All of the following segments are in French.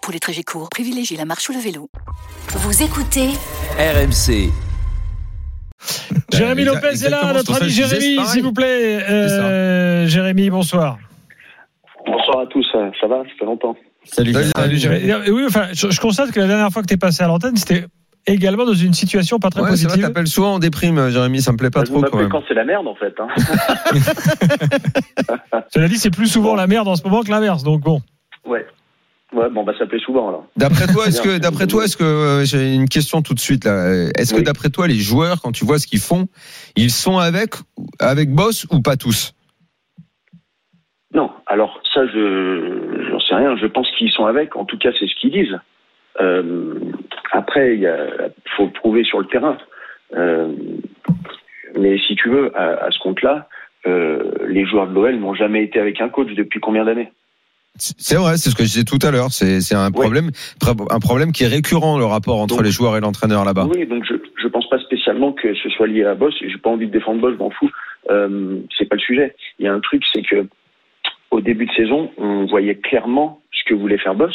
Pour les trajets courts, privilégiez la marche ou le vélo. Vous écoutez RMC. Jérémy exa- Lopez est là, exactement, notre ami c'est pour ça que je disais, c'est Jérémy, pareil. s'il vous plaît. Euh, Jérémy, bonsoir. Bonsoir à tous, euh, ça va, ça fait longtemps. Salut. Salut, Jérémy. Euh, Oui, enfin, je, je constate que la dernière fois que tu es passé à l'antenne, c'était également dans une situation pas très Ouais, c'est vrai, positive. t'appelles souvent en déprime, euh, Jérémy, ça me plaît pas Bah, vous trop quand m'appelez même. quand c'est la merde en fait. hein. Cela dit, c'est plus souvent la merde en ce moment que l'inverse, donc bon. ouais. Ouais, bon, bah ça plaît souvent alors. D'après toi, est-ce que, Bien. d'après toi, est-ce que euh, j'ai une question tout de suite là euh, Est-ce que Oui. d'après toi, les joueurs, quand tu vois ce qu'ils font, ils sont avec avec Boss ou pas tous Non, alors ça, je j'en sais rien. Je pense qu'ils sont avec. En tout cas, c'est ce qu'ils disent. Euh, après, il y a- faut prouver sur le terrain. Euh, mais si tu veux, à, à ce compte-là, euh, les joueurs de l'OL n'ont jamais été avec un coach depuis combien d'années C'est c'est vrai, c'est ce que je disais tout à l'heure. C'est c'est un problème, un problème qui est récurrent le rapport entre Donc- les joueurs et l'entraîneur là-bas. Oui, donc je je pense pas spécialement que ce soit lié à Boss. J'ai pas envie de défendre Boss, je m'en fous. Euh, c'est pas le sujet. Il y a un truc, c'est que au début de saison, on voyait clairement ce que voulait faire Boss.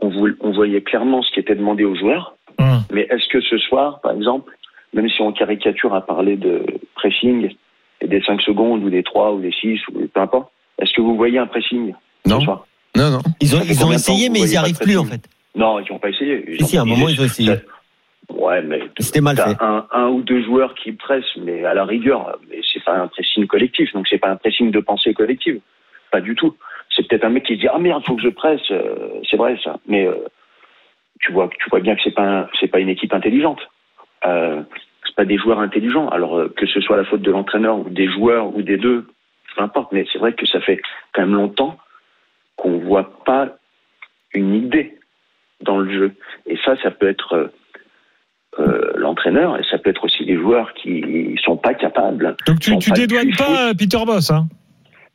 On, voul- on voyait clairement ce qui était demandé aux joueurs. Hum. Mais est-ce que ce soir, par exemple, même si on caricature à parler de pressing et des 5 secondes ou des 3 ou des 6 ou peu importe, est-ce que vous voyez un pressing Non. ce soir Non, non. Ils ont, Ça fait ils ont combien de temps essayé, que mais vous ils n'y voyez arrivent pas plus, en de fait. Non, ils n'ont pas essayé. Ils Si, si, ont- à un moment, ils ont essayé. Ouais, mais C'était mal t'as fait. un, un ou deux joueurs qui pressent, mais à la rigueur, mais c'est pas un pressing collectif, donc c'est pas un pressing de pensée collective, pas du tout. C'est peut-être un mec qui se dit ah merde, faut que je presse, Euh, c'est vrai ça, mais euh, tu vois, tu vois bien que c'est pas un- c'est pas une équipe intelligente. Euh, c'est pas des joueurs intelligents. Alors euh, que ce soit la faute de l'entraîneur ou des joueurs ou des deux, peu importe. Mais c'est vrai que ça fait quand même longtemps qu'on voit pas une idée dans le jeu. Et ça, ça peut être euh, euh, l'entraîneur et ça peut être aussi des joueurs qui sont pas capables. Donc tu, Bon, tu pas de dédouanes cul, pas euh, Peter Boss, hein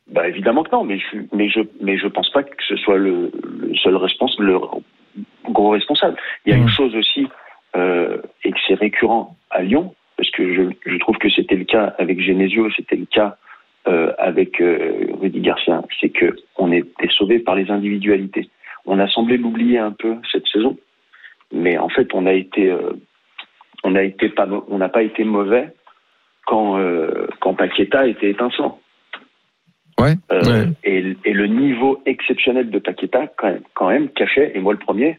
Bah évidemment que non, mais je mais je mais je pense pas que ce soit le, le seul responsable, le gros responsable. Il y a Mm. une chose aussi euh, et que c'est récurrent à Lyon parce que je, je trouve que c'était le cas avec Genesio, c'était le cas euh, avec euh, Rudy Garcia, c'est que on était sauvé par les individualités. On a semblé l'oublier un peu cette saison, mais en fait on a été euh, on a été pas mau- on n'a pas été mauvais quand euh, quand Paqueta était étincelant. Ouais. Euh, ouais. et, et le niveau exceptionnel de Paqueta, quand même, quand même cachait, et moi le premier,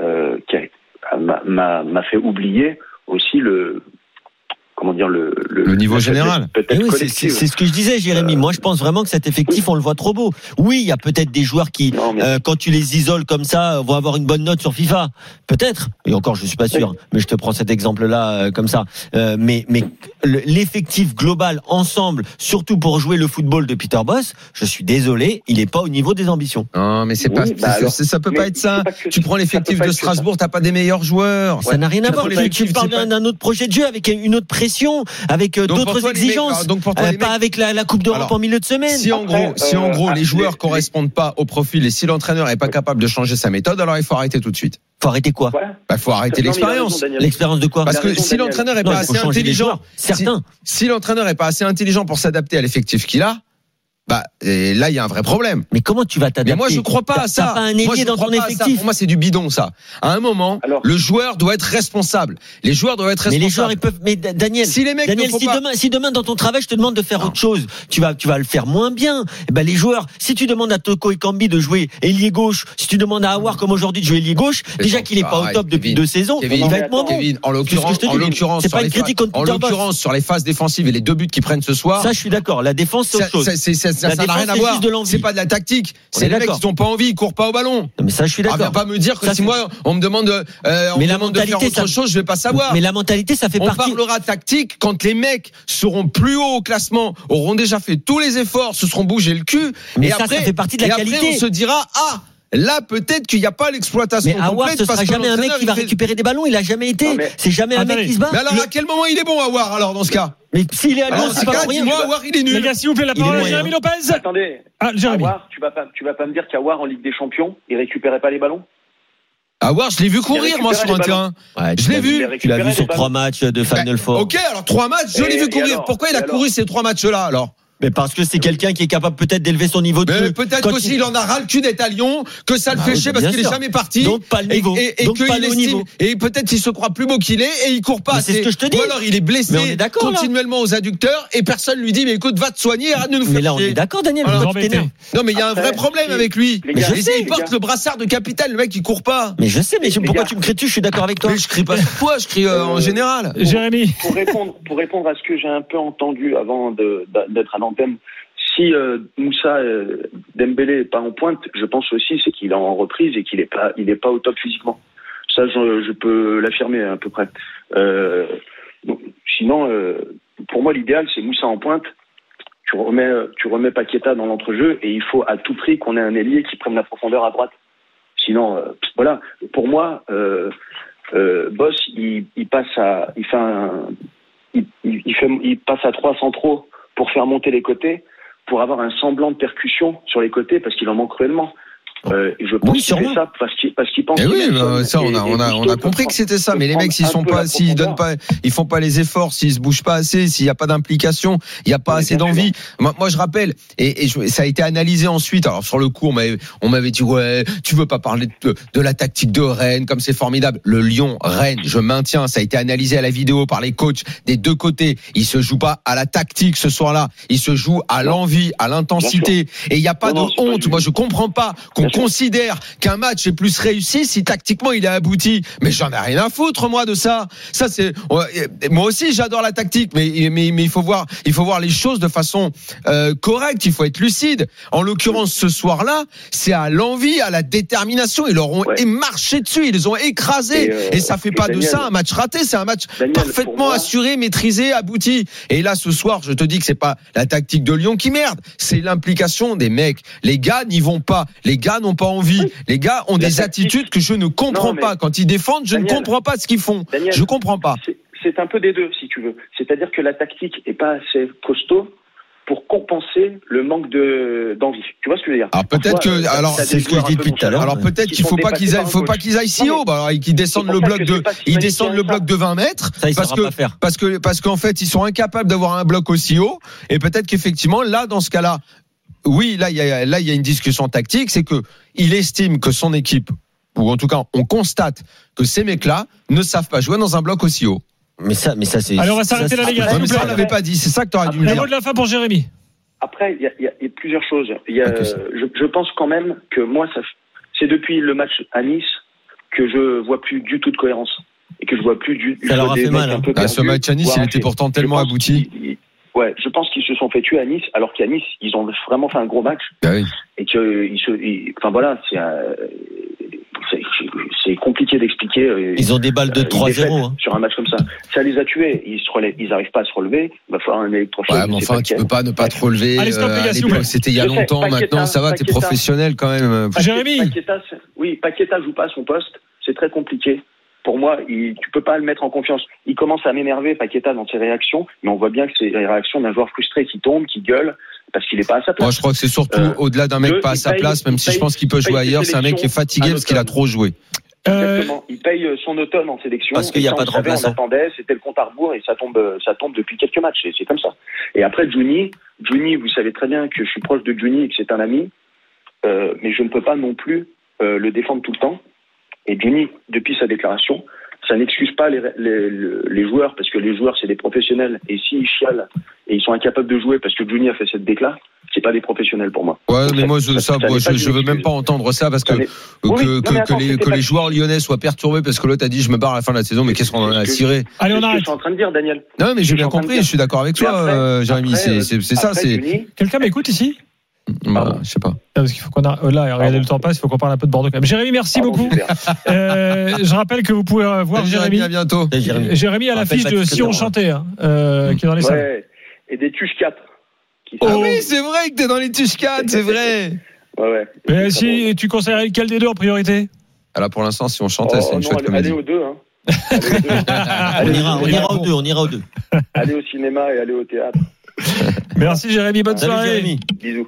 euh, qui a- m'a- m'a m'a fait oublier aussi le comment dire le, Le niveau la général. faiblesse Peut-être Eh oui, c'est- collective. c'est c'est ce que je disais, Jérémy. Euh, Moi, je pense vraiment que cet effectif, on le voit trop beau. Oui, il y a peut-être des joueurs qui, Non, mais- euh, quand tu les isoles comme ça, euh, vont avoir une bonne note sur FIFA. Peut-être. Et encore, je suis pas sûr. Mais je te prends cet exemple-là euh, comme ça. Euh, mais mais le- l'effectif global ensemble, surtout pour jouer le football de Peter Boss, je suis désolé, il n'est pas au niveau des ambitions. Non, mais c'est Oui, pas, bah c'est- alors, c'est- ça peut mais pas être ça. c'est pas que Tu ça. prends Ça l'effectif peut pas de être que ça. Strasbourg, t'as pas des meilleurs joueurs. Ça n'a rien à Après, voir. Tu, l'effectif, tu parles c'est pas- d'un d'un autre projet de jeu avec une autre pression, avec euh, Donc, pour d'autres toi, les mecs- exigences. alors, donc, pour toi, Euh, les pas mecs- avec la, la Coupe d'Europe Alors, en milieu de semaine. Si en gros, Après, si en euh, gros les les- joueurs les- correspondent pas au profil et si l'entraîneur est pas capable de changer sa méthode, alors il faut arrêter tout de suite. Faut arrêter quoi Voilà. Bah faut arrêter Non, mais il a l'expérience. raison, Daniel. L'expérience de quoi Parce que raison, si Daniel. l'entraîneur est pas Non, il faut assez changer les intelligent, joueurs. Certains. si l'entraîneur est pas assez intelligent pour s'adapter à l'effectif qu'il a, bah et là il y a un vrai problème. Mais comment tu vas t'adapter Mais moi je crois pas T'as- à ça. T'as pas un Moi, je ailier dans crois pas ton à ça. effectif. Pour moi c'est du bidon ça. À un moment, Alors- le joueur doit être responsable. Les joueurs doivent être Mais responsables. les joueurs ils peuvent. Mais Da- Daniel. Si les mecs ne Daniel, font si pas- demain, si demain dans ton travail je te demande de faire autre chose, tu vas, tu vas le faire moins bien. Eh ben les joueurs, si tu demandes à Toko Ekambi de jouer ailier gauche, si tu demandes à Awar comme aujourd'hui de jouer ailier gauche, Mais déjà non, qu'il est pas au arrête, top depuis Kevin. deux saisons, Kevin, il va mais être moins bon. Kevin, en C'est ce que l'occurrence, je te en dis. l'occurrence, C'est sur pas les une critique phases- contre en Peter Bosz. l'occurrence, sur les phases défensives et les deux buts qui prennent ce soir, Ça, je suis d'accord. La défense, c'est ça autre chose. ça- c'est- ça- ça- La ça n'a défense, rien à c'est voir. juste de l'envie. C'est pas de la tactique. On C'est est les mecs d'accord. qui n'ont pas envie, ils courent pas au ballon. Non, Mais ça, je suis Ah, viens d'accord. pas me dire que Ça, si c'est- moi on me demande, euh, on Mais me la demande de faire mentalité, autre ça- chose, je vais pas savoir. Mais la mentalité, ça fait on partie. parlera tactique quand les mecs seront plus hauts au classement, auront déjà fait tous les efforts, se seront bougés le cul. Mais et ça, ça après, fait partie de la et après, qualité. on se dira ah, Là, peut-être qu'il n'y a pas l'exploitation Mais complète. Awar, ce parce sera que jamais un mec l'entraîneur, qui il va fait- récupérer des ballons. Il a jamais été. Non, mais- C'est jamais un Attendez. mec qui se bat. Mais alors, à quel moment il est bon, Awar, alors, dans ce cas Mais s'il est à Lyon, Alors, Ah c'est pas Zidane, pour rien. dis-moi, Aouar, il est Les nul. gars, s'il vous plaît, la Il est parole à moyen. Jérémy Lopez. Attendez, Ah, Jérémy. Aouar, tu vas pas, tu vas pas me dire qu'Aouar en Ligue des Champions, il récupérait pas les ballons Awar, je l'ai vu courir, moi, sur récupéré un les terrain. Ouais, tu Je l'ai l'as vu. Il a Tu l'as récupéré vu les sur trois ballons. matchs de Final Four. Ok, alors, trois matchs, je Et- l'ai vu et courir. alors Pourquoi il a Et couru alors ces trois matchs-là, alors Mais parce que c'est quelqu'un qui est capable peut-être d'élever son niveau de Mais jeu. peut-être Quand qu'aussi, il en a ras le cul d'être à Lyon, que ça le euh, Bah fait oui, chier bah, parce bien qu'il est sûr. jamais parti. Donc pas le Et- niveau. et, et Donc que pas il le haut estime- niveau. et peut-être il se croit plus beau qu'il est et il court pas. Mais c'est assez. ce que je te dis. Ou alors il est blessé Mais on est d'accord, là. continuellement aux adducteurs et personne lui dit mais écoute va te soigner arrête de nous Mais faire là, on chier. est d'accord, Daniel. Alors, Vous pourquoi tu embêtez. t'énerves Non mais il y a un vrai Après, problème les- avec lui. les gars, Et ça, les il porte gars. le brassard de capitaine le mec il court pas. Mais je sais, mais tu- Les pourquoi gars. tu me cries dessus Je suis d'accord avec toi. Mais je crie pas sur toi, je crie euh, en Euh, général. Jérémy. pour répondre, pour répondre à ce que j'ai un peu entendu avant de- d'être à l'antenne, si euh, Moussa euh, Dembélé est pas en pointe, je pense aussi c'est qu'il est en reprise et qu'il est pas, il est pas au top physiquement. Ça, je, je peux l'affirmer à peu près. Euh, donc, sinon, euh, pour moi, l'idéal c'est Moussa en pointe. Tu remets, tu remets Paqueta dans l'entrejeu et il faut à tout prix qu'on ait un ailier qui prenne la profondeur à droite. Sinon, euh, voilà. Pour moi, euh, euh, Boss, il, il passe à, il fait un, il, il- il fait- il passe à trois centraux pour faire monter les côtés, pour avoir un semblant de percussion sur les côtés, parce qu'il en manque cruellement. Euh, je pense qu'il sûrement. fait ça parce qu'il parce qu'il pense. Eh qu'il oui, met bah, Son ça on et- a, et on a, Gusto on a peut compris que prendre- c'était ça. peut Mais les mecs prendre s'ils un sont peu pas, la s'ils donnent pas, profondeur. ils font pas les efforts, s'ils se bougent pas assez, s'il y a pas d'implication, il y a pas Mais assez bien sûr. d'envie. Moi, moi, je rappelle et, et je- ça a été analysé ensuite. Alors sur le coup on m'avait, on m'avait dit ouais, tu veux pas parler de, de la tactique de Rennes comme c'est formidable. Le Lyon Rennes, je maintiens, ça a été analysé à la vidéo par les coachs des deux côtés. Il se joue pas à la tactique ce soir-là. Il se joue à l'envie, à l'intensité. Et il y a pas Non, non, de c'est pas honte. du- Moi je comprends pas qu'on Bien sûr. considère qu'un match est plus réussi si tactiquement il est abouti. Mais j'en ai rien à foutre moi de ça. Ça c'est ouais, et moi aussi j'adore la tactique, mais mais mais il faut voir il faut voir les choses de façon euh, correcte. Il faut être lucide. En l'occurrence ce soir-là, c'est à l'envie, à la détermination. Ils leur ont Ouais. marché dessus, ils les ont écrasés. Et, Et, euh, ça fait et pas de Daniel- ça un match raté. C'est un match Daniel, pour parfaitement moi- assuré, maîtrisé, abouti. Et là, ce soir, je te dis que c'est pas la tactique de Lyon qui merde, c'est l'implication des mecs. Les gars n'y vont pas, les gars n'ont pas envie, les gars ont La des tactique- attitudes que je ne comprends Non, mais- pas. Quand ils défendent, je ne Daniel- comprends pas ce qu'ils font. Daniel- je comprends pas. C'est- C'est un peu des deux, si tu veux. C'est-à-dire que la tactique est pas assez costaud pour compenser le manque de d'envie. Tu vois ce que je veux dire Alors Ah, peut-être Parfois, que euh, alors t'as des c'est ce que joueurs je dis un peu depuis tout à l'heure. alors ouais. peut-être Ils qu'il sont faut pas dépassés qu'ils par aillent, un faut pas coach. qu'ils aillent si Non, mais- haut, bah, alors, et qu'ils descendent pour le ça bloc que c'est de, pas si ils magnifique descendent le que ça. bloc de 20 mètres, Ça, il parce saura que pas faire. parce que parce qu'en fait ils sont incapables d'avoir un bloc aussi haut et peut-être qu'effectivement là dans ce cas-là oui là il y a là il y a une discussion tactique c'est que il estime que son équipe ou en tout cas on constate que ces mecs-là ne savent pas jouer dans un bloc aussi haut. Mais ça, mais ça, c'est. Allez, on va ça, s'arrêter là, c'est- les gars. Ouais, s'il mais vous ça on plaît. l'avait pas dit c'est ça que t'aurais dû me Le dire. mot de la fin pour Jérémy. Après, il y a, il y a- il y a plusieurs choses. Il y a, Pas que ça. euh, je, je pense quand même que moi, ça, f- c'est depuis le match à Nice que je vois plus du tout de cohérence et que je vois plus du. Ça je leur vois a des fait mecs mal, un hein. peu Ah, ce perdus, match à Nice voire il arrachés. était pourtant tellement Je pense abouti. qu'ils- ils- Ouais, je pense qu'ils se sont fait tuer à Nice, alors qu'à Nice, ils ont vraiment fait un gros match. Bah oui. et que ils se, ils- enfin voilà, c'est un- c'est c'est compliqué d'expliquer. euh, Ils ont des balles de euh, une 3-0. hein. défaite Sur un match comme ça, ça les a tués. Ils se relèvent, ils arrivent pas à se relever. Il va falloir un électrochoc. Ouais, je mais sais enfin, pas tu lequel. peux pas ne pas te relever. Allez, stop, euh, les gars, à s'il vous plaît. l'époque, c'était il y a Je sais, hein, longtemps. Paqueta, Maintenant, ça va, t'es Paqueta. professionnel quand même. Ah, Jérémy. Paqueta, c'est- oui, Paqueta joue pas à son poste. C'est très compliqué. Pour moi, il, tu peux pas le mettre en confiance. Il commence à m'énerver, Paqueta, dans ses réactions, mais on voit bien que c'est les réactions d'un joueur frustré qui tombe, qui gueule, parce qu'il est pas à sa Moi, place. je crois que c'est surtout Euh, au-delà d'un mec deux, pas à il sa paye- place, même il si je paye- pense qu'il peut il joué paye ses ailleurs. C'est un mec qui est sélections fatigué à parce qu'il a l'automne. trop joué. Euh, Exactement. Il paye euh, son automne en sélection. Parce qu'il y a Et ça, pas on de savait, remplaçant. On attendait, c'était le compte à rebours et ça tombe, euh, ça tombe depuis quelques matchs. et C'est comme ça. Et après, Juni, Juni, vous savez très bien que je suis proche de Juni et que c'est un ami, euh, mais je ne peux pas non plus euh, le défendre tout le temps. Et Juni, depuis sa déclaration, ça n'excuse pas les, les, les joueurs parce que les joueurs, c'est des professionnels. Et s'ils chialent et ils sont incapables de jouer parce que Juni a fait cette déclaration, c'est pas des professionnels pour moi. Ouais, Donc, mais ça- moi, je, ça- ça, ça moi, n'est je, pas je veux une même excuse. pas entendre ça parce que, Ça n'est- que, Oui, que, non, mais attends, que les, c'était que pas- les joueurs lyonnais soient perturbés parce que l'autre a dit je me barre à la fin de la saison, mais qu'est-ce qu'on en a à cirer Allez, C'est on ce que je arrête. suis en train de dire, Daniel. Non, mais j'ai Je bien suis en train de compris, dire- je suis d'accord avec Mais toi, après- euh, Jérémy. après, C'est euh, c'est- c'est ça, après, c'est. Juni, Quelqu'un m'écoute ici Bah, Je sais pas. Ah, parce qu'il faut qu'on a... euh, Là, regardez, Pardon. le temps passe, il faut qu'on parle un peu de Bordeaux quand même. Jérémy, merci pardon, beaucoup. Gilbert. Euh, je rappelle que vous pouvez euh, voir Salut, Jérémy. Jérémy, à bientôt. Allez, Jérémy. Euh, Jérémy à Rappelle l'affiche de Patrick Si on Lefebvre. chantait, hein, euh, qui est dans les salles. Ouais, et des tuches 4. Qui Ah Oh. savent. oui, c'est vrai que t'es dans les Tushcats, c'est vrai. Ouais, ouais. Ah Mais C'est Eh, si tu conseillerais lequel des deux en priorité Alors pour l'instant, si on bon. chantait, Oh, c'est une non, chouette allez, allez comédie. aux deux. Hein. Allez, aux deux. On Allez, ira, hein. on allez, ira aux deux, on ira aux deux. allez au cinéma et allez au théâtre. Merci Jérémy, bonne Salut soirée. Jérémy. Bisous.